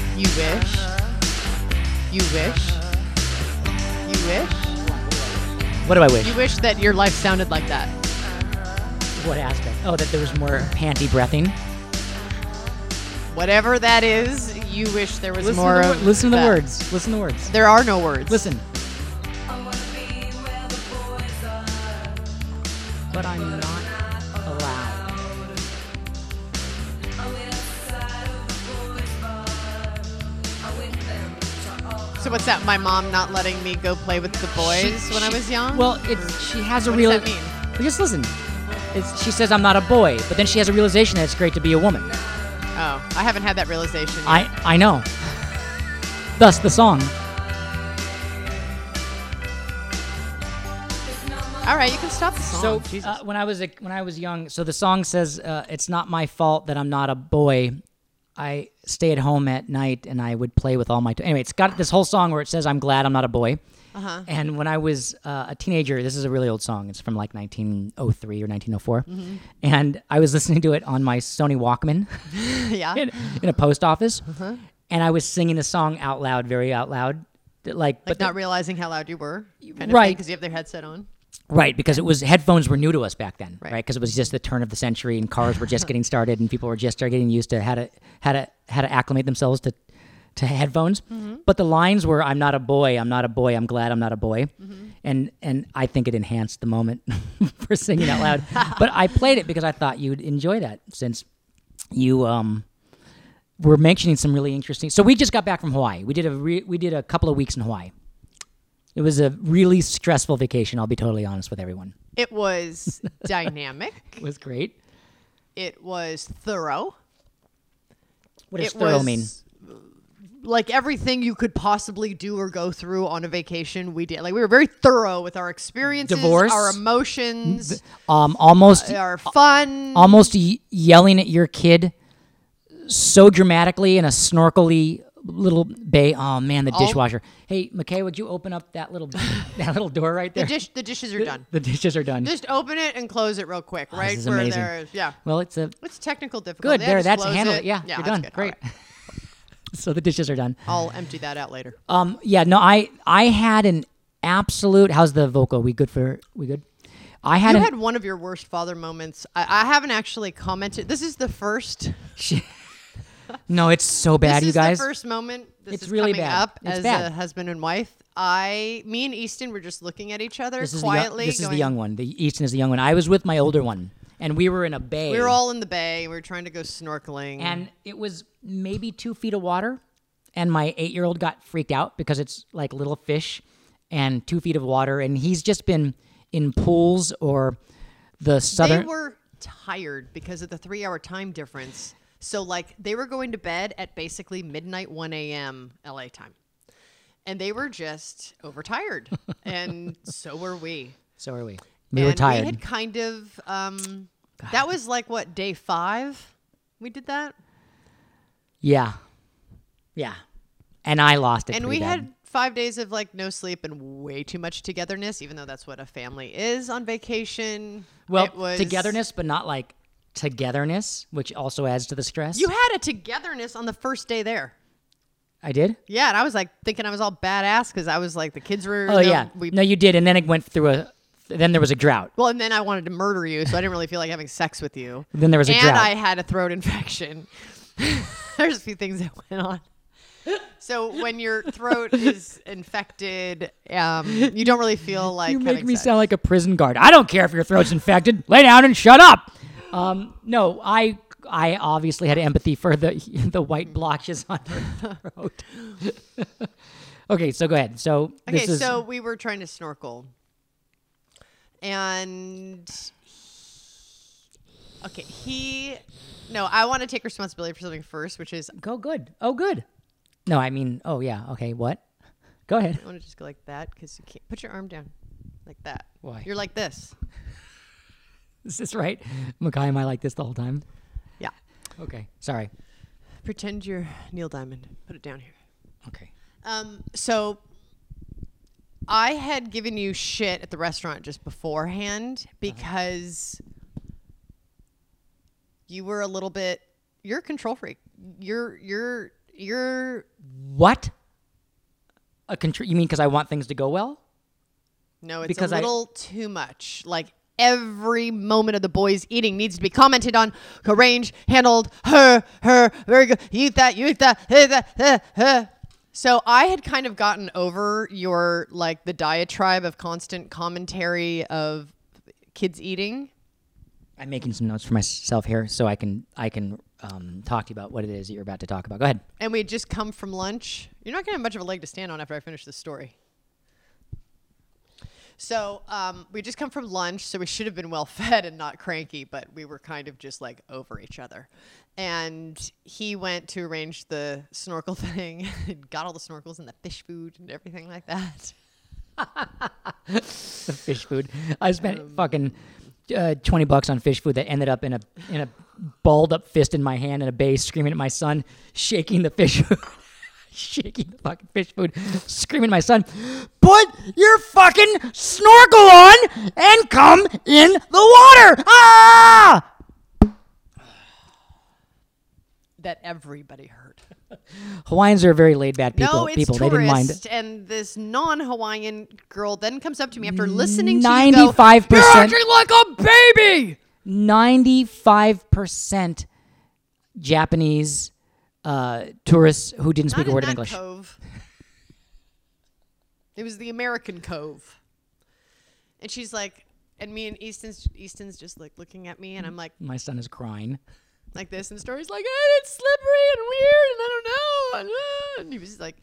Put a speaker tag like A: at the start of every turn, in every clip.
A: wish. You wish. You wish.
B: What do I wish?
A: You wish that your life sounded like that.
B: What aspect? Oh, that there was more panty breathing.
A: Whatever that is, you wish there was
B: Listen,
A: more
B: to the,
A: of
B: wor- uh, listen to the
A: that.
B: words. Listen to the words.
A: There are no words.
B: Listen. But I'm not allowed.
A: So what's that? My mom not letting me go play with the boys
B: She-
A: when I
B: she-
A: was young.
B: Well, it's she has a
A: What does
B: real.
A: that mean?
B: Just listen. It's, she says I'm not a boy, but then she has a realization that it's great to be a woman.
A: oh, I haven't had that realization. Yet.
B: I I know. Thus the song.
A: All right, you can stop the song.
B: So
A: Jesus.
B: uh, when I was a, when I was young, so the song says uh, it's not my fault that I'm not a boy. I stay at home at night and I would play with all my. T- anyway, it's got this whole song where it says I'm glad I'm not a boy. Uh-huh. And when I was uh, a teenager, this is a really old song. It's from like 1903 or 1904,
A: Mm-hmm.
B: and I was listening to it on my Sony Walkman
A: yeah.
B: in, in a post office,
A: Uh-huh.
B: and I was singing the song out loud, very out loud, like,
A: Like
B: but the-
A: not realizing how loud you were, kind
B: Right.
A: Because you have their headset on.
B: Right, because it was headphones were new to us back then,
A: Right.
B: right? Because it was just the turn of the century, and cars were just getting started, and people were just starting getting used to how to how to how to acclimate themselves to to headphones. But the lines were, "I'm not a boy. I'm not a boy. I'm glad I'm not a boy," and and I think it enhanced the moment for singing out loud. but I played it because I thought you'd enjoy that, since you um were mentioning some really interesting. So we just got back from Hawaii. We did a re- we did a couple of weeks in Hawaii. It was a really stressful vacation. I'll be totally honest with everyone.
A: It was dynamic.
B: was great.
A: It was thorough.
B: What does
A: it
B: thorough
A: was
B: mean?
A: Like everything you could possibly do or go through on a vacation, we did. Like we were very thorough with our experiences,
B: Divorce?
A: our emotions,
B: Um, almost,
A: our fun.
B: almost ye- yelling at your kid so dramatically in a snorkely little bay. Oh man, the dishwasher. Hey, McKay, would you open up that little that little door right
A: the
B: there?
A: dish, the dishes are done.
B: The dishes are done.
A: Just open it and close it real quick, right?
B: is
A: Where
B: amazing.
A: there is, yeah.
B: well, it's a
A: It's technical difficulty.
B: good
A: I
B: there.
A: just
B: That's
A: close
B: handled.
A: it.
B: Yeah,
A: yeah,
B: you're
A: that's
B: done.
A: good. All
B: Great.
A: right.
B: so the dishes are done.
A: I'll empty that out later.
B: Um, yeah, no, I I had an absolute. How's the vocal? We good for? We good? I had
A: You
B: an.
A: had one of your worst father moments. I, I haven't actually commented. This is the first.
B: no, it's so
A: This
B: bad,
A: is
B: you guys.
A: the first moment. This
B: It's
A: is
B: really
A: coming
B: bad.
A: up
B: It's
A: as a
B: bad.
A: husband and wife. I, me and Easton were just looking at each other
B: This is
A: quietly.
B: The, yo- this is the
A: going-
B: young one. The Easton is the young one. I was with my older one, and we were in a bay.
A: We were all in the bay. and We were trying to go snorkeling.
B: and it was maybe two feet of water, and my eight-year-old got freaked out because it's like little fish, and two feet of water, and he's just been in pools or the
A: they
B: southern.
A: were tired because of the three-hour time difference. So like they were going to bed at basically midnight, 1 a.m. LA time, and they were just overtired, and so were we.
B: so are we? We were
A: And
B: tired.
A: We had kind of um, that was like what day five we did that,
B: yeah, yeah, and I lost it.
A: and
B: pretty
A: we
B: bad.
A: had five days of like no sleep and way too much togetherness, even though that's what a family is on vacation.
B: well
A: It was-
B: togetherness, but not like togetherness, which also adds to the stress.
A: You had a togetherness on the first day there.
B: I did.
A: Yeah, and I was like thinking I was all badass because I was like the kids were.
B: Oh
A: no,
B: yeah,
A: we-
B: no, you did, and then it went through a. Then there was a drought.
A: well, and then I wanted to murder you, so I didn't really feel like having sex with you.
B: Then there was a
A: and
B: drought.
A: I had a throat infection. There's a few things that went on. So when your throat is infected, um, you don't really feel like
B: you make
A: having
B: me
A: sex.
B: sound like a prison guard. I don't care if your throat's infected. Lay down and shut up. Um, no, I I obviously had empathy for the the white blotches on her throat. okay, so go ahead. So
A: Okay,
B: this is
A: so we were trying to snorkel, and okay, he. No, I want to take responsibility for something first, which is
B: go good. Oh, good. No, I mean, oh yeah. Okay, what? Go ahead.
A: I want to just go like that because you can't put your arm down like that.
B: Why?
A: You're like this.
B: Is this right, Makai? Am I like this the whole time?
A: Yeah.
B: Okay, sorry.
A: Pretend you're Neil Diamond. Put it down here.
B: Okay.
A: Um, so I had given you shit at the restaurant just beforehand because you were a little bit you're a control freak. You're you're You're
B: What? A contr- You mean because I want things to go well?
A: no, it's
B: Because
A: a
B: I-
A: little too much. Like every moment of the boys eating needs to be commented on, arranged, handled. Her, her, very good. You eat that. You eat that. eh, that, eh, eh. So I had kind of gotten over your like the diatribe of constant commentary of kids eating.
B: I'm making some notes for myself here so I can I can um, talk to you about what it is that you're about to talk about. Go ahead.
A: and we had just come from lunch. You're not gonna have much of a leg to stand on after I finish this story. So um, we had just come from lunch, so we should have been well fed and not cranky, but we were kind of just like over each other. And he went to arrange the snorkel thing, and got all the snorkels and the fish food and everything like that.
B: The fish food. I spent
A: Um,
B: fucking uh, 20 bucks on fish food that ended up in a in a balled up fist in my hand and a bass screaming at my son, shaking the fish food. shaking the fucking fish food, screaming at my son, "Put your fucking snorkel on and come in the water!" Ah!
A: That everybody heard.
B: Hawaiians are very laid back people.
A: no, it's
B: people
A: tourist,
B: they didn't mind.
A: and this non-Hawaiian girl then comes up to me after listening to you go,
B: 95%
A: "You're acting like a baby."
B: 95% Japanese uh, tourists who didn't speak
A: Not
B: a word
A: in
B: of
A: that
B: English.
A: Cove. It was the American Cove. And she's like, and me and Easton's Easton's just like looking at me, and I'm like,
B: My son is crying.
A: like this, and Story's like, "Ah, it's slippery and weird, and I don't know, and, ah," and he was like,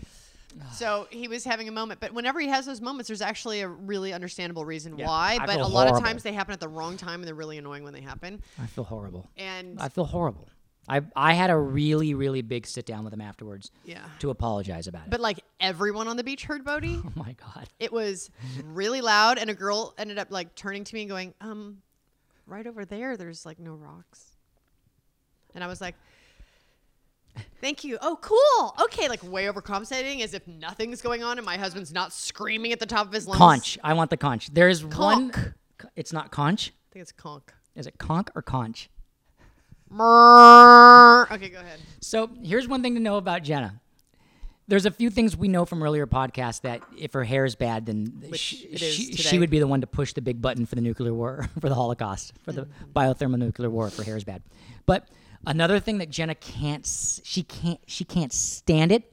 A: so he was having a moment. But whenever he has those moments, there's actually a really understandable reason why.
B: I
A: But a
B: feel
A: lot of
B: horrible.
A: times they happen at the wrong time, and they're really annoying when they happen.
B: I feel horrible.
A: And
B: I feel horrible. I, I had a really, really big sit down with him afterwards
A: yeah,
B: to apologize about it.
A: but like everyone on the beach heard Bodhi.
B: oh my God.
A: It was really loud, and a girl ended up like turning to me and going, "Um, right over there, there's like no rocks," and I was like. Thank you. Oh, cool. Okay, like way overcompensating as if nothing's going on and my husband's not screaming at the top of his lungs.
B: Conch. I want the conch. There is
A: Conch.
B: one. It's not conch.
A: I think it's conch.
B: Is it conch or conch?
A: Brrrr. Okay, go ahead.
B: So here's one thing to know about Jenna. There's a few things we know from earlier podcasts that if her hair is bad, then she,
A: it is
B: she,
A: today.
B: she would be the one to push the big button for the nuclear war, for the Holocaust, for
A: Mm.
B: the biothermonuclear war, if her hair is bad. But another thing that Jenna can't, s- she can't, she can't stand it,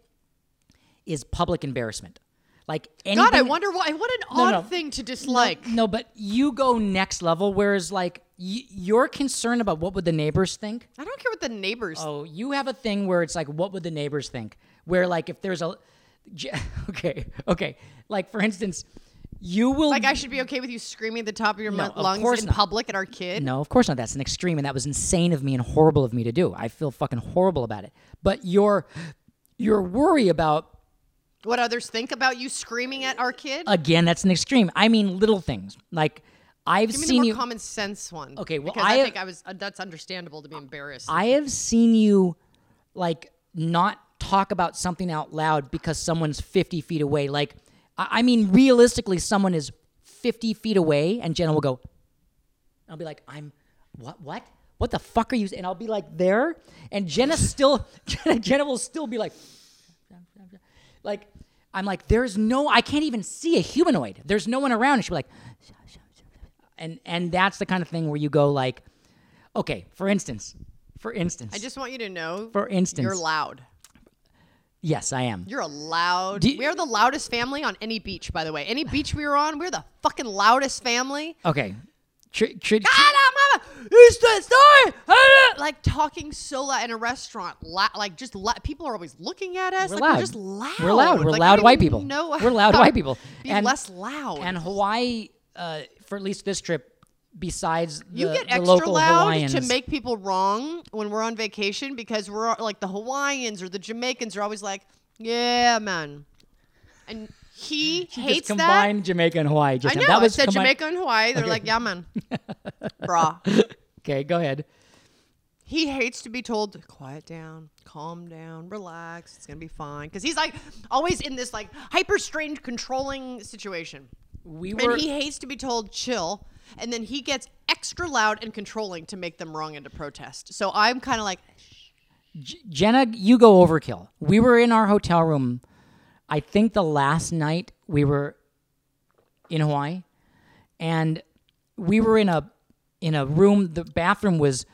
B: is public embarrassment. Like anything,
A: God, I wonder why. What an
B: No,
A: odd
B: no.
A: thing to dislike.
B: no, but you go next level. Whereas, like y- you're concerned about what would the neighbors think.
A: I don't care what the neighbors.
B: Oh, you have a thing where it's like, what would the neighbors think? Where like if there's a, J- okay, okay, like for instance, you will
A: Like, I should be okay with you screaming at the top of your mu-
B: of
A: lungs
B: course
A: in
B: not.
A: public at our kid.
B: no, of course not. That's an extreme, and that was insane of me and horrible of me to do. I feel fucking horrible about it. But your your worry about
A: What others think about you screaming at our kid.
B: again, that's an extreme. I mean, little things like I've
A: Give me the
B: seen
A: more
B: you.
A: common sense one.
B: Okay, well,
A: because I,
B: I-
A: think I was uh, that's understandable to be embarrassed.
B: I have seen you like not talk about something out loud because someone's 50 feet away. Like, I, I mean, realistically, someone is 50 feet away, and Jenna will go, I'll be like, I'm, what, what? What the fuck are you? s-" And I'll be like, there. And Jenna still, Jenna, Jenna will still be like, like, I'm like, there's no, I can't even see a humanoid. There's no one around. And she'll be like, and, and that's the kind of thing where you go like, okay, for instance, for instance,
A: I just want you to know,
B: for instance,
A: you're loud.
B: yes, I am.
A: You're a loud.
B: Do-
A: we are the loudest family on any beach, by the way. Any beach we were on, we're the fucking loudest family.
B: Okay. Tr- tr- tr-
A: Ah, no, mama, it's the story. Ah, no. Like talking so loud in a restaurant, la- like just la- people are always looking at us.
B: We're
A: like,
B: loud.
A: We're just loud.
B: We're loud. We're
A: Like, I
B: loud
A: don't
B: white
A: even
B: people.
A: know
B: We're loud
A: how
B: white
A: to
B: people.
A: Be
B: And-
A: less loud.
B: and Hawaii, uh, for at least this trip, besides the,
A: You get
B: the
A: extra
B: local
A: loud
B: Hawaiians,
A: to make people wrong when we're on vacation because we're uh, like the Hawaiians or the Jamaicans are always like, "Yeah, man," and he
B: just
A: hates that.
B: combined Jamaica and Hawaii. Just
A: I
B: now.
A: know.
B: That was
A: I said
B: combined-
A: Jamaica and Hawaii. They're like, "Yeah, man," brah.
B: Okay, go ahead.
A: He hates to be told, quiet down, calm down, relax, it's gonna be fine. Because he's like always in this like hyper strained controlling situation.
B: We were.
A: And he hates to be told chill. And then he gets extra loud and controlling to make them wrong into protest. So I'm kind of like,
B: J- Jenna, you go overkill. We were in our hotel room. I think the last night we were in Hawaii, and we were in a in a room. The bathroom was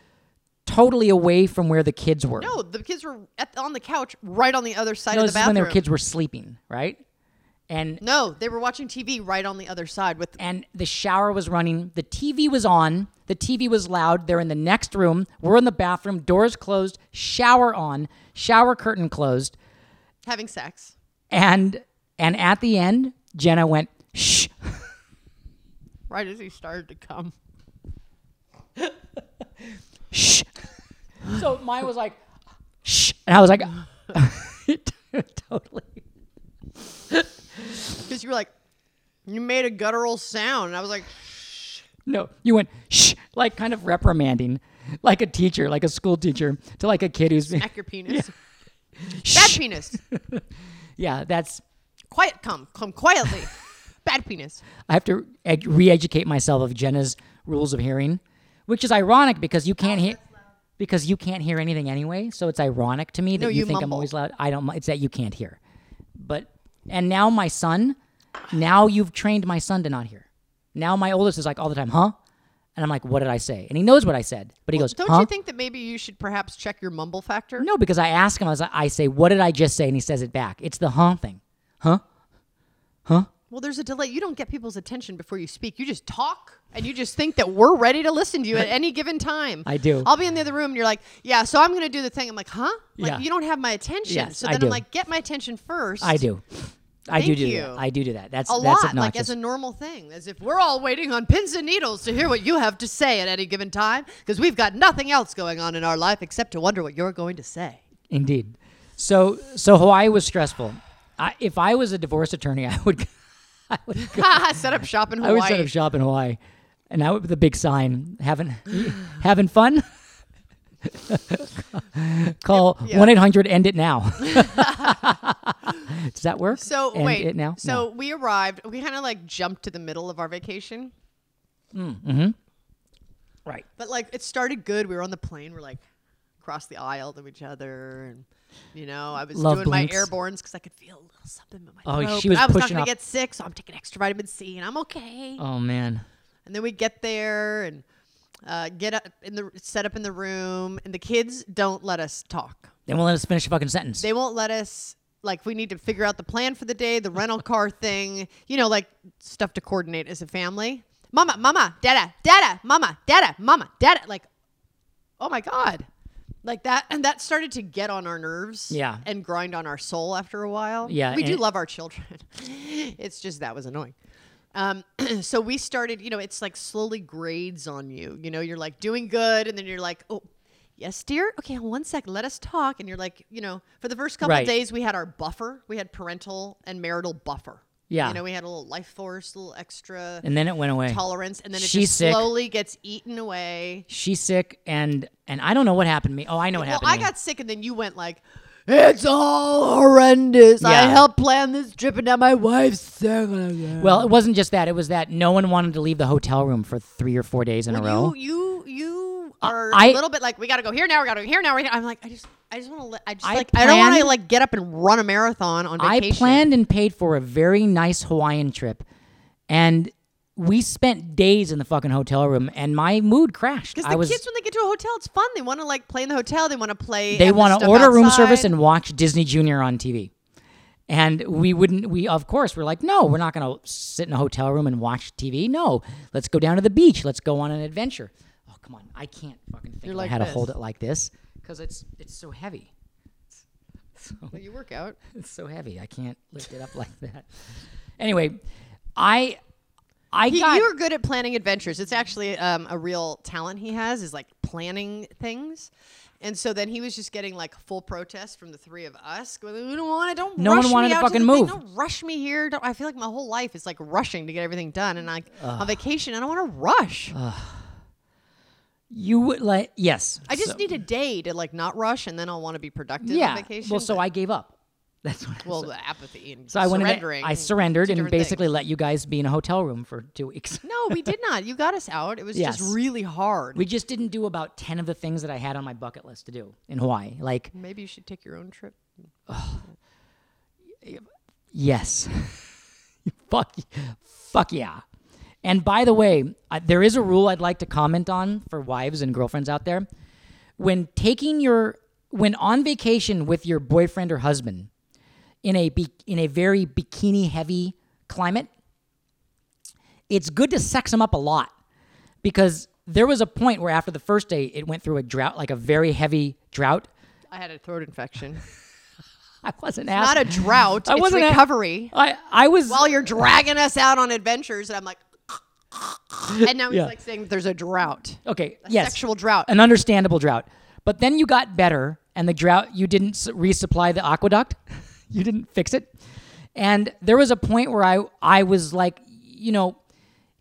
B: totally away from where the kids were.
A: No, the kids were at, on the couch right on the other side
B: No,
A: of
B: this
A: the
B: is when
A: bathroom.
B: their kids were sleeping, right? And
A: No, they were watching TV right on the other side with
B: and the shower was running. The TV was on. The TV was loud. They're in the next room. We're in the bathroom. Doors closed. Shower on. Shower curtain closed.
A: having sex.
B: And and at the end, Jenna went shh.
A: Right as he started to come.
B: shh. So mine was like, shh, and I was like, totally.
A: Because you were like, you made a guttural sound. And I was like,
B: No, you went shh, like kind of reprimanding, like a teacher, like a school teacher, to like a kid who's
A: smack your penis. Bad
B: shh.
A: penis.
B: Yeah, that's.
A: Quiet come. Come quietly. Bad penis.
B: I have to ed- re-educate myself of Jenna's rules of hearing, which is ironic because you can't hear. Because you can't hear anything anyway, so it's ironic to me that
A: No,
B: you,
A: you
B: think I'm
A: mumble.
B: always loud. I don't. mu- It's that you can't hear, but and now my son, now you've trained my son to not hear. Now my oldest is like all the time, huh? And I'm like, what did I say? And he knows what I said, but he goes,
A: Don't
B: huh?
A: you think that maybe you should perhaps check your mumble factor?
B: no, because I ask him, I, was, like- I say, what did I just say? And he says it back. It's the huh thing.
A: Well, there's a delay. You don't get people's attention before you speak. You just talk and you just think that we're ready to listen to you at any given time.
B: I do.
A: I'll be in the other room and you're like, yeah, so I'm going to do the thing. I'm like, huh? Like,
B: Yeah.
A: you don't have my attention.
B: Yes,
A: so
B: I
A: then
B: do.
A: am like, get my attention first.
B: I do. I do
A: Thank
B: do
A: you.
B: that. I do do that. That's
A: a
B: that's
A: lot, like
B: obnoxious.
A: as a normal thing, as if we're all waiting on pins and needles to hear what you have to say at any given time, because we've got nothing else going on in our life except to wonder what you're going to say.
B: Indeed. So so Hawaii was stressful. I, if I was a divorce attorney, I would
A: Ha! set up shop in
B: I
A: Hawaii.
B: would set up shop in Hawaii, and I would with a big sign having having fun. Call
A: yeah.
B: one eight hundred end it now. Does that work?
A: so
B: end
A: wait,
B: it now. No.
A: so we arrived. We kind of like jumped to the middle of our vacation,
B: right.
A: but like it started good. We were on the plane. We're like across the aisle to each other, and you know, I was
B: Love
A: doing
B: blinks.
A: my airborns because I could feel a little something in my
B: Oh,
A: throat.
B: she
A: but
B: was
A: I was not
B: pushing
A: going
B: up-
A: to get sick, so I'm taking extra vitamin C, and I'm okay.
B: Oh man.
A: And then we get there and uh, get up in the set up in the room, and the kids don't let us talk.
B: They won't let us finish a fucking sentence.
A: They won't let us like we need to figure out the plan for the day, the rental car thing, you know, like stuff to coordinate as a family. Mama, mama, dada, dada, mama, dada, mama, dada. Like, oh my god, like that, and that started to get on our nerves,
B: Yeah.
A: and grind on our soul after a while.
B: Yeah,
A: we do
B: and-
A: love our children. it's just that was annoying. Um, so we started, you know, it's like slowly grades on you. You know, you're like doing good, and then you're like, oh, yes, dear. Okay, one sec, let us talk. And you're like, you know, for the first couple
B: Right.
A: days, we had our buffer. We had parental and marital buffer.
B: Yeah.
A: You know, we had a little life force, a little extra
B: and then it went away.
A: tolerance, and then it
B: She's
A: just
B: sick.
A: slowly gets eaten away.
B: She's sick, and and I don't know what happened to me. Oh, I know what
A: Well,
B: happened.
A: I
B: to me.
A: got sick, and then you went like, "It's all horrendous. I
B: Yeah.
A: helped plan this trip, and now my wife's sick."
B: Well, it wasn't just that. It was that no one wanted to leave the hotel room for three or four days in a row.
A: You you you are
B: I-
A: a little bit like we got to go here now. We got to go here now. We're here. I'm like I just I just want to I just
B: I
A: like I don't want to
B: planned-
A: like get up and run a marathon on vacation.
B: I planned and paid for a very nice Hawaiian trip, and we spent days in the fucking hotel room, and my mood crashed.
A: because
B: I
A: the
B: was.
A: kids when they get to a hotel, it's fun. They want to like play in the hotel. They want to play.
B: they
A: want to
B: order room service and watch Disney Junior on TV, and we wouldn't. We of course we're like, no, we're not going to sit in a hotel room and watch TV. No, let's go down to the beach. Let's go on an adventure. Oh come on, I can't fucking think about
A: like
B: how to
A: this.
B: hold it like this because it's it's so heavy.
A: well, you work out.
B: It's so heavy. I can't lift it up like that. Anyway, I I
A: He,
B: got
A: you are good at planning adventures. It's actually um, a real talent he has is like planning things. And so then he was just getting like full protest from the three of us. going, We don't want to. Don't.
B: No one
A: rush
B: wanted
A: me
B: to
A: out
B: fucking
A: the thing.
B: move."
A: Don't rush me here. Don't, I feel like my whole life is like rushing to get everything done. And like on vacation, I don't want to rush.
B: you would like yes.
A: I just
B: so-
A: need a day to like not rush, and then I'll want to be productive
B: yeah.
A: on vacation.
B: Well, so I gave up. That's what. I
A: Well,
B: said.
A: the apathy and
B: so I went. In
A: surrendering.
B: there, I surrendered
A: two
B: and
A: different
B: basically
A: things.
B: let you guys be in a hotel room for two weeks.
A: No, we did not. You got us out. It was
B: Yes.
A: just really hard.
B: We just didn't do about ten of the things that I had on my bucket list to do in Hawaii. Like
A: Maybe you should take your own trip.
B: Yes. fuck, fuck yeah. And by the way, I, there is a rule I'd like to comment on for wives and girlfriends out there. When taking your, when on vacation with your boyfriend or husband in a, bi- in a very bikini heavy climate, it's good to sex them up a lot because there was a point where after the first day, it went through a drought, like a very heavy drought.
A: I had a throat infection.
B: I wasn't
A: Not
B: asking.
A: a drought.
B: I
A: it's
B: wasn't a-
A: recovery.
B: I, I was.
A: While you're dragging us out on adventures, and I'm like, and now he's
B: Yeah.
A: like saying that there's a drought,
B: okay. yes.
A: sexual drought.
B: an understandable drought. But then you got better, and the drought you didn't s- resupply the aqueduct, you didn't fix it, and there was a point where I I was like, you know,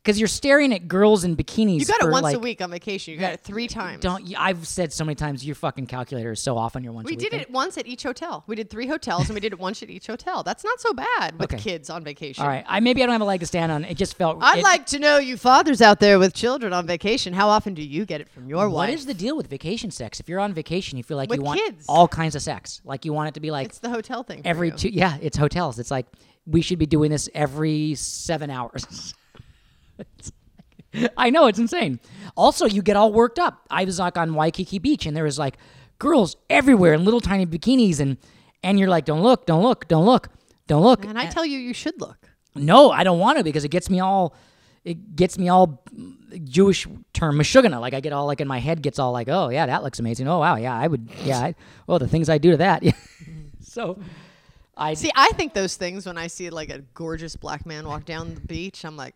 B: because you're staring at girls in bikinis.
A: You got it
B: for,
A: once
B: like,
A: a week on vacation. You got it three times.
B: Don't you, I've said so many times your fucking calculator is so off on your once.
A: we
B: a
A: did
B: weekend.
A: it once at each hotel. We did three hotels, and we did it once at each hotel. That's not so bad with
B: Okay.
A: kids on vacation.
B: All right, I maybe I don't have a leg to stand on. It just felt.
A: I'd
B: it-
A: like to know you fathers out there with children on vacation. How often do you get it from your
B: What
A: wife?
B: is the deal with vacation sex? If you're on vacation, you feel like
A: With
B: you want
A: kids.
B: all kinds of sex. Like you want it to be like
A: it's the hotel thing. for
B: every
A: you.
B: two yeah it's hotels it's like we should be doing this every seven hours It's like- i know it's insane also you get all worked up i was like on waikiki beach and there was like girls everywhere in little tiny bikinis and and you're like don't look don't look don't look don't look
A: And I tell you, you should look.
B: no i don't want to because it gets me all it gets me all mm, jewish term mashugana like i get all like in my head gets all like oh yeah that looks amazing oh wow yeah i would yeah I, well the things i do to that so i
A: See, I think those things when I see like a gorgeous black man walk down the beach, I'm like,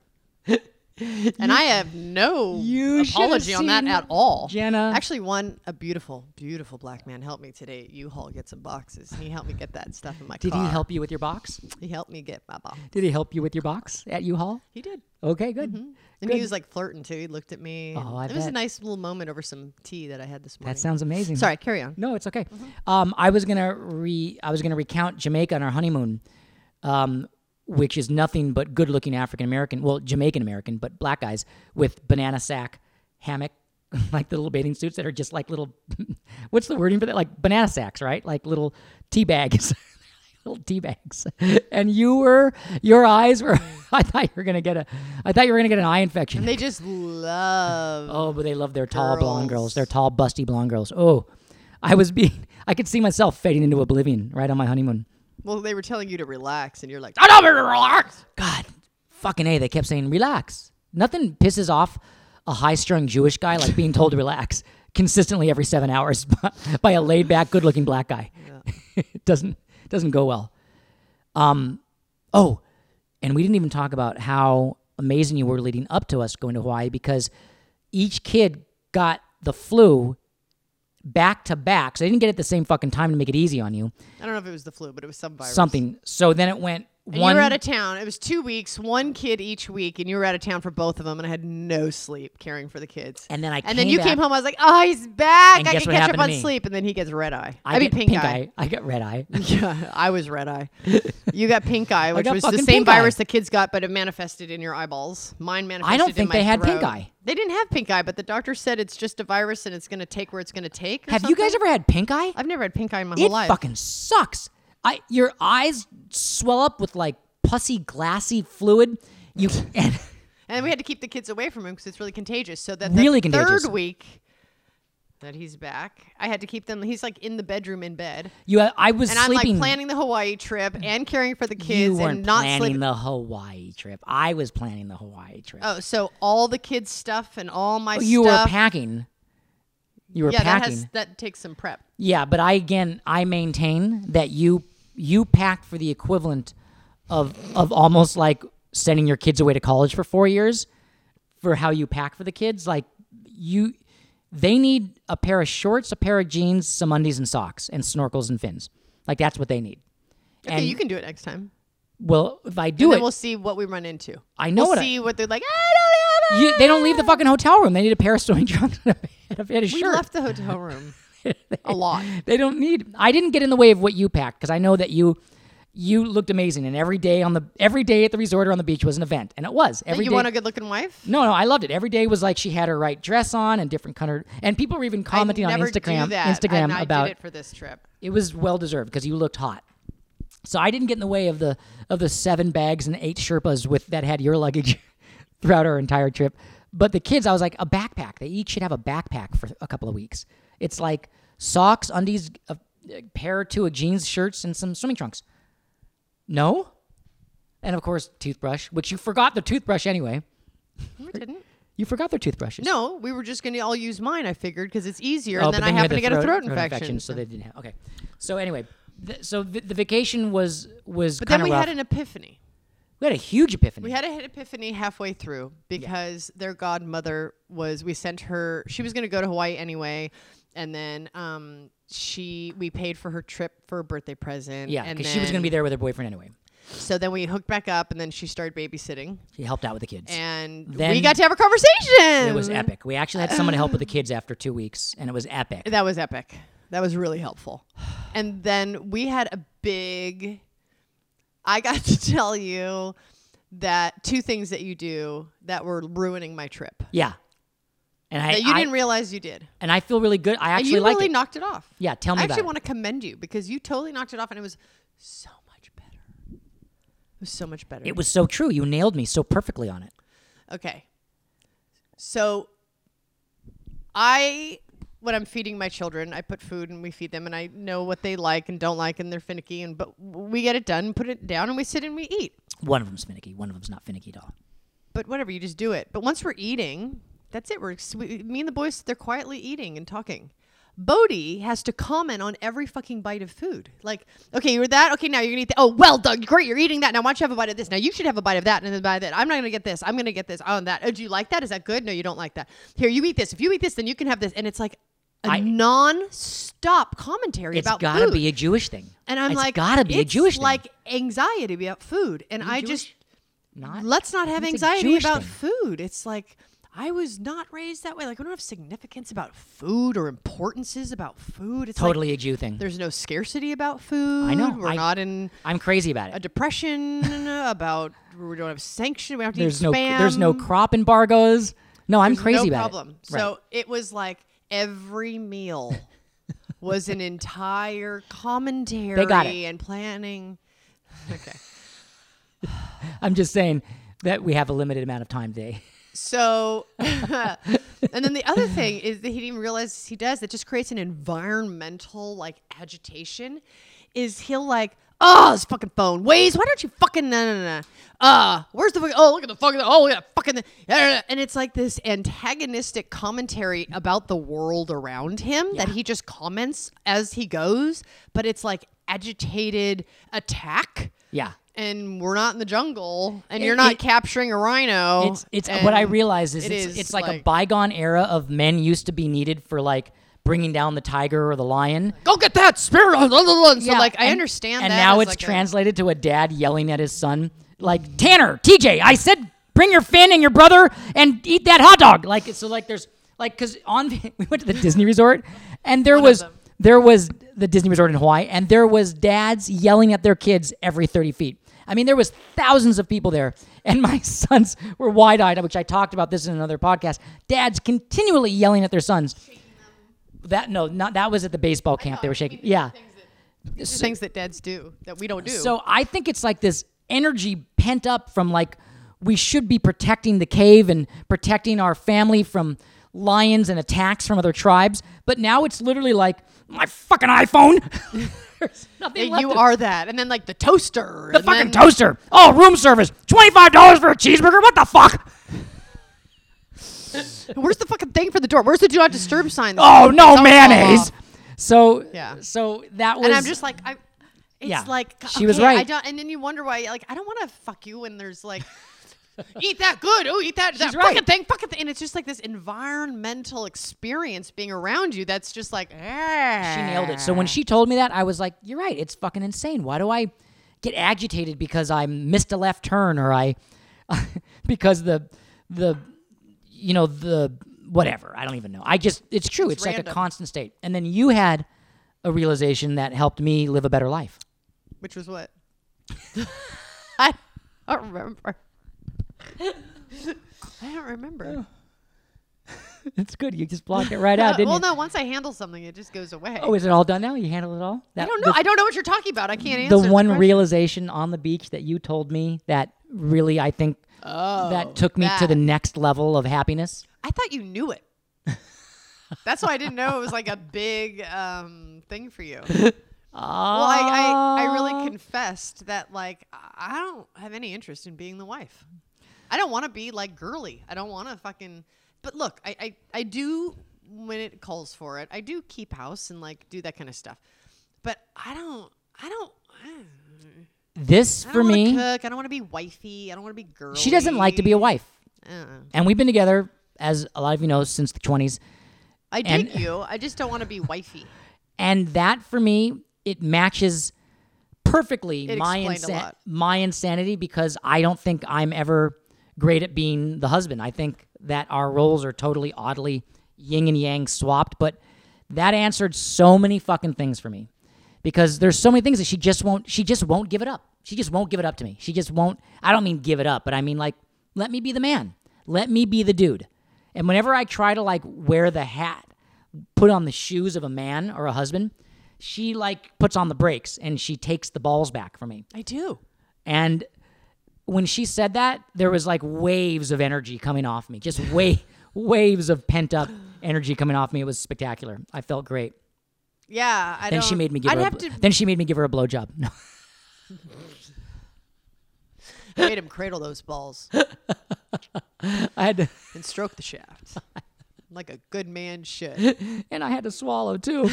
A: and I have no
B: You should have
A: apology on that
B: seen
A: at all.
B: Jenna.
A: actually, one a beautiful, beautiful black man helped me today. at U-Haul get some boxes, and he helped me get that stuff in my
B: Did
A: car.
B: he help you with your box?
A: He helped me get my box.
B: Did he help you with your box at U-Haul?
A: He did.
B: Okay, good.
A: And
B: Good.
A: he was like flirting too. He looked at me. and
B: Oh, I
A: it was a
B: bet.
A: nice little moment over some tea that I had this morning.
B: That sounds amazing.
A: Sorry, carry on.
B: No, it's okay. Um, I was gonna re I was gonna recount Jamaica on our honeymoon, um, which is nothing but good looking African American, well Jamaican American, but black guys with banana sack hammock, like the little bathing suits that are just like little, what's the wording for that? Like banana sacks, right? Like little tea bags. little tea bags and you were your eyes were i thought you were gonna get a i thought you were gonna get an eye infection
A: And they just love.
B: Oh, but they love their tall blonde
A: Girls.
B: girls. Their tall, busty blonde girls. Oh, I was being. I could see myself fading into oblivion right on my honeymoon.
A: Well, they were telling you to relax, and you're like,
B: I don't wanna relax. God, fucking a. They kept saying relax. Nothing pisses off a high-strung Jewish guy like being told to relax consistently every seven hours by, by a laid-back, good-looking black guy. it doesn't doesn't go well. Um. Oh, and we didn't even talk about how amazing you were leading up to us going to Hawaii because each kid got the flu back to back. So they didn't get it at the same fucking time to make it easy on you.
A: I don't know if it was the flu, but it was some virus.
B: Something. So then it went
A: And
B: one
A: you were out of town. It was two weeks, one kid each week, and you were out of town for both of them. And I had no sleep caring for the kids.
B: And then I
A: and then
B: came
A: you
B: back-
A: came home. I was like, oh, he's back.
B: And
A: I
B: guess
A: can
B: what
A: catch up
B: happened to
A: on
B: me?
A: sleep. And then he gets red eye. I, mean
B: get
A: pink, eye.
B: I got red eye.
A: yeah, I was red eye. You got pink eye, which
B: got
A: was the
B: fucking
A: same
B: pink eye.
A: virus the kids got, but it manifested in your eyeballs. Mine manifested. in
B: think
A: my
B: they had pink
A: throat.
B: eye.
A: They didn't have pink eye, but the doctor said it's just a virus and it's going to take where it's going to take. or
B: Have you guys
A: something.
B: ever had pink eye?
A: I've never had pink eye in my whole
B: It
A: life.
B: fucking sucks. I your eyes swell up with like pussy glassy fluid. You and
A: And we had to keep the kids away from him because it's really contagious. So that the
B: Really
A: third
B: contagious.
A: week that he's back, I had to keep them. He's like in the bedroom in bed,
B: you I was
A: and I'm
B: sleeping.
A: like planning the Hawaii trip and caring for the
B: you
A: kids
B: weren't
A: and not
B: planning
A: sleeping.
B: the Hawaii trip. I was planning the Hawaii trip.
A: oh, so all the kids' stuff and all my
B: Oh, you
A: stuff.
B: were packing. You were
A: yeah, that
B: packing.
A: has that takes some prep.
B: yeah, but I again I maintain that you you packed for the equivalent of of almost like sending your kids away to college for 4 years for how you pack for the kids like you they need a pair of shorts, a pair of jeans, some undies and socks and snorkels and fins. Like that's what they need.
A: Okay,
B: and
A: you can do it next time.
B: well, if I
A: And
B: do
A: then
B: it,
A: we'll see what we run into.
B: I know
A: we'll
B: what I-
A: see what they're like. I don't have it.
B: you, they don't leave the fucking hotel room. They need a pair of swimming trunks and a, and a
A: We
B: shirt.
A: left the hotel room a lot.
B: They don't need. I didn't get in the way of what you packed because I know that you you looked amazing, and every day on the every day at the resort or on the beach was an event, and it was every day.
A: you want a good looking wife?
B: No, no, I loved it. Every day was like she had her right dress on and different color, and people were even commenting
A: I
B: on
A: never
B: Instagram,
A: do that,
B: Instagram
A: and I
B: about
A: did it for this trip.
B: it was well deserved because you looked hot. So I didn't get in the way of the of the seven bags and eight Sherpas with that had your luggage throughout our entire trip. But the kids, I was like a backpack. They each should have a backpack for a couple of weeks. It's like socks, undies, a a pair or two of jeans, shirts, and some swimming trunks. No, and of course toothbrush, which you forgot the toothbrush anyway.
A: No, I didn't.
B: You forgot their toothbrushes.
A: No, we were just going to all use mine. I figured because it's easier,
B: Oh,
A: and then
B: but
A: I
B: you had
A: happened to
B: the
A: get a throat, infection.
B: so they didn't have. Okay, so anyway, th- so the, the vacation was was
A: but
B: kind
A: then
B: of
A: we
B: rough.
A: had an epiphany.
B: we had a huge epiphany.
A: We had a hit epiphany halfway through because their godmother was. We sent her. She was going to go to Hawaii anyway, and then um, she we paid for her trip for a birthday present.
B: yeah,
A: and
B: because she was going to be
A: then-
B: there with her boyfriend anyway.
A: So then we hooked back up, and then she started babysitting,
B: She helped out with the kids.
A: and we
B: Then-
A: got to have a conversation.
B: it was epic. We actually had someone to help with the kids after two weeks, and it was epic.
A: That was epic. That was really helpful. And then we had a big. I got to tell you that two things that you do that were ruining my trip
B: Yeah, and I,
A: that you
B: I-
A: didn't realize you did.
B: and I feel really good. I
A: And
B: actually
A: you
B: like
A: really
B: it.
A: knocked it off.
B: Yeah, tell me
A: I
B: about
A: actually
B: it.
A: want to commend you because you totally knocked it off, and it was so much better. It was so much better.
B: it was so true. You nailed me so perfectly on it.
A: Okay. So I when I'm feeding my children, I put food and we feed them and I know what they like and don't like and they're finicky and but we get it done, put it down and we sit and we eat.
B: One of them's finicky. One of them's not finicky at all.
A: But whatever, you just do it. But once we're eating, that's it. We're we, me and the boys they're quietly eating and talking. Bodhi has to comment on every fucking bite of food. Like, okay, you were that. Okay, now you're gonna eat that. Oh, well done. Great, you're eating that. Now why don't you have a bite of this? Now you should have a bite of that and then a bite of that. I'm not gonna get this. I'm gonna get this. Oh, and that. Oh, do you like that? Is that good? No, you don't like that. Here, you eat this. If you eat this, then you can have this. And it's like a
B: I-
A: non-stop commentary
B: It's
A: about
B: gotta
A: food.
B: be a Jewish thing.
A: and I'm
B: It's
A: like,
B: gotta be a
A: it's
B: Jewish
A: like
B: thing.
A: anxiety about food. And I
B: Jewish?
A: just
B: Not
A: let's not have
B: It's a
A: anxiety
B: Jewish
A: about
B: thing.
A: food. It's like I was not raised that way. Like we don't have significance about food or importances about food. It's like,
B: totally a Jew thing.
A: there's no scarcity about food.
B: know.
A: We're
B: I-
A: not in
B: I'm crazy about it.
A: a depression about we don't have sanction. We don't have to
B: There's
A: eat
B: no
A: spam.
B: there's no crop embargoes. No, I'm crazy
A: no
B: about
A: problem.
B: it. Right.
A: So it was like every meal was an entire commentary
B: it.
A: and planning. Okay.
B: I'm just saying that we have a limited amount of time today.
A: So, and then the other thing is that he didn't even realize he does that just creates an environmental like agitation. Is he'll like, oh, this fucking phone, Waze, why don't you fucking, no, no, no, uh, where's the, fucking- oh, look at the fucking, oh, yeah, fucking, the, uh," and it's like this antagonistic commentary about the world around him that he just comments as he goes, but it's like agitated attack.
B: Yeah.
A: And we're not in the jungle, and
B: It-
A: you're not
B: it-
A: capturing a rhino.
B: It's it's what I
A: and-
B: realize is
A: it
B: it's,
A: is,
B: it's like, a
A: like-
B: bygone era of men used to be needed for like bringing down the tiger or the lion.
A: go get that spirit. blah, blah, blah. And So like I
B: and-
A: understand
B: And
A: that
B: now
A: as, like,
B: it's
A: a-
B: translated to a dad yelling at his son like Tanner, TJ, I said bring your Finn and your brother and eat that hot dog. Like so like there's like cuz on we went to the Disney resort and there was
A: them.
B: there was the Disney resort in Hawaii and there was dads yelling at their kids every 30 feet. I mean there was thousands of people there and my sons were wide-eyed, which I talked about this in another podcast. Dads continually yelling at their sons. That no, not that was at the baseball camp. They were shaking. Yeah.
A: These are things that dads do that we don't do.
B: So I think it's like this energy pent up from like we should be protecting the cave and protecting our family from lions and attacks from other tribes, but now it's literally like my fucking iPhone. There's nothing
A: And
B: left
A: you
B: of-
A: are that, and then like the toaster,
B: the
A: and then-
B: fucking toaster. Oh, room service. $25 for a cheeseburger. What the fuck?
A: Where's the fucking thing for the door? Where's the do not disturb sign? that
B: Oh,
A: says
B: no
A: don't fall
B: mayonnaise.
A: off?
B: So
A: Yeah.
B: so that was
A: And I'm just like I. It's
B: Yeah.
A: like
B: She was
A: okay, I
B: right.
A: don't, and then you wonder why. Like I don't want to fuck you when there's like. Eat that good. Oh, eat that. that
B: right.
A: fucking thing. Fucking thing. And it's just like this environmental experience being around you that's just like, eh,
B: She nailed it. So when she told me that, I was like, "You're right. It's fucking insane. Why do I get agitated because I missed a left turn or I because the the you know the whatever. I don't even know. I just it's true. It's, like a
A: random.
B: constant state. And then you had a realization that helped me live a better life.
A: Which was what? I don't remember. I don't remember. Uh,
B: It's good. You just blocked it right out, didn't
A: well,
B: you?
A: no. Once I handle something, it just goes away.
B: Oh, is it all done now? You handled it all?
A: I
B: That-
A: don't
B: the-
A: know. I don't know what you're talking about. I can't answer
B: the one
A: question.
B: realization on the beach that you told me that really I think that took me to
A: Oh, that.
B: the next level of happiness.
A: I thought you knew it. That's why I didn't know it was like a big um, thing for you. Well, I, I, I
B: Ah.
A: really confessed that like I I don't have any interest in being the wife. I don't want to be like girly. I don't want to fucking. But look, I, I I do when it calls for it. I do keep house and like do that kind of stuff. But I don't. I don't.
B: This
A: I
B: for
A: don't wanna
B: me,
A: cook. I don't want to be wifey. I don't want to be Uh-uh. girly.
B: she doesn't like to be a wife,
A: I don't know.
B: and we've been together as a lot of you know since the twenties.
A: I
B: And-
A: dig you. I just don't want to be wifey.
B: and that for me it matches perfectly
A: It
B: my
A: explained a
B: insa-
A: lot.
B: my insanity because I don't think I'm ever great at being the husband. I think that our roles are totally oddly yin and yang swapped, but that answered so many fucking things for me because there's so many things that she just won't she just won't give it up. She just won't give it up to me. She just won't I don't mean give it up, but I mean like let me be the man. Let me be the dude. And whenever I try to like wear the hat, put on the shoes of a man or a husband, she like puts on the brakes and she takes the balls back from me.
A: I do.
B: And when she said that, there was like waves of energy coming off me. Just way waves of pent up energy coming off me. It was spectacular. I felt great.
A: Yeah, I
B: Then
A: don't.
B: she made me give
A: Oh, I'd
B: her a,
A: have
B: bl-
A: to
B: then she made me give her a blowjob. No.
A: I made him cradle those balls
B: I had to,
A: and stroke the shaft like a good man should.
B: and I had to swallow too.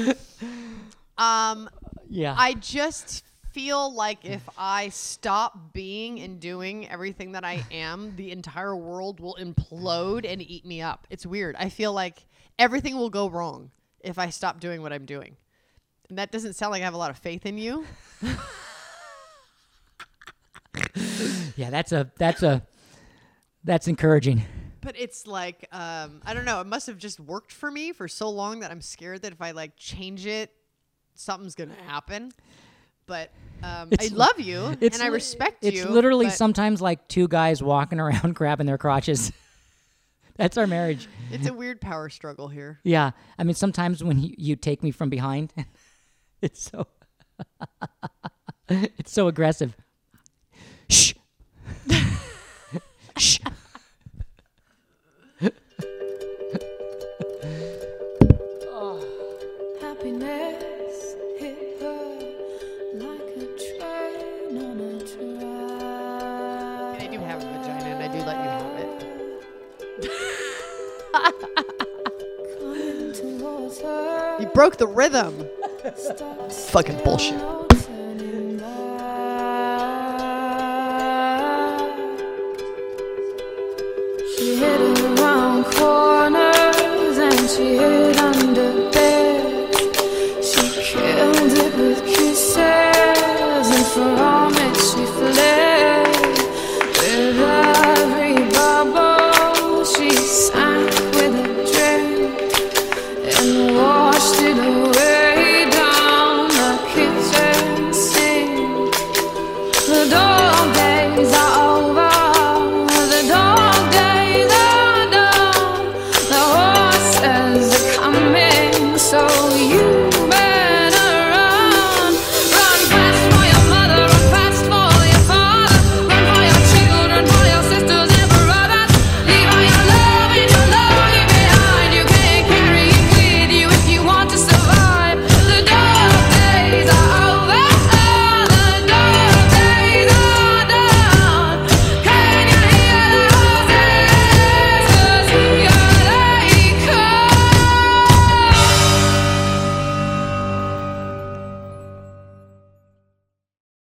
A: Um,
B: yeah.
A: I just feel like if I stop being and doing everything that I am, the entire world will implode and eat me up. It's weird. I feel like everything will go wrong if I stop doing what I'm doing. And that doesn't sound like I have a lot of faith in you.
B: yeah, that's a that's a that's encouraging.
A: But it's like um, I don't know. It must have just worked for me for so long that I'm scared that if I like change it, something's gonna happen. But um, I
B: It's li-
A: love you and I
B: li-
A: respect you.
B: It's literally
A: but
B: sometimes like two guys walking around grabbing their crotches. That's our marriage.
A: It's a weird power struggle here.
B: Yeah. I mean, sometimes when you, you take me from behind, it's so it's so aggressive. Shh. Shh.
C: Happiness hit her like a train on a
A: I
C: track.
A: do have a vagina and I do let you have it.
C: Coming towards her,
A: You broke the rhythm.
C: stops
A: Fucking bullshit.
C: now.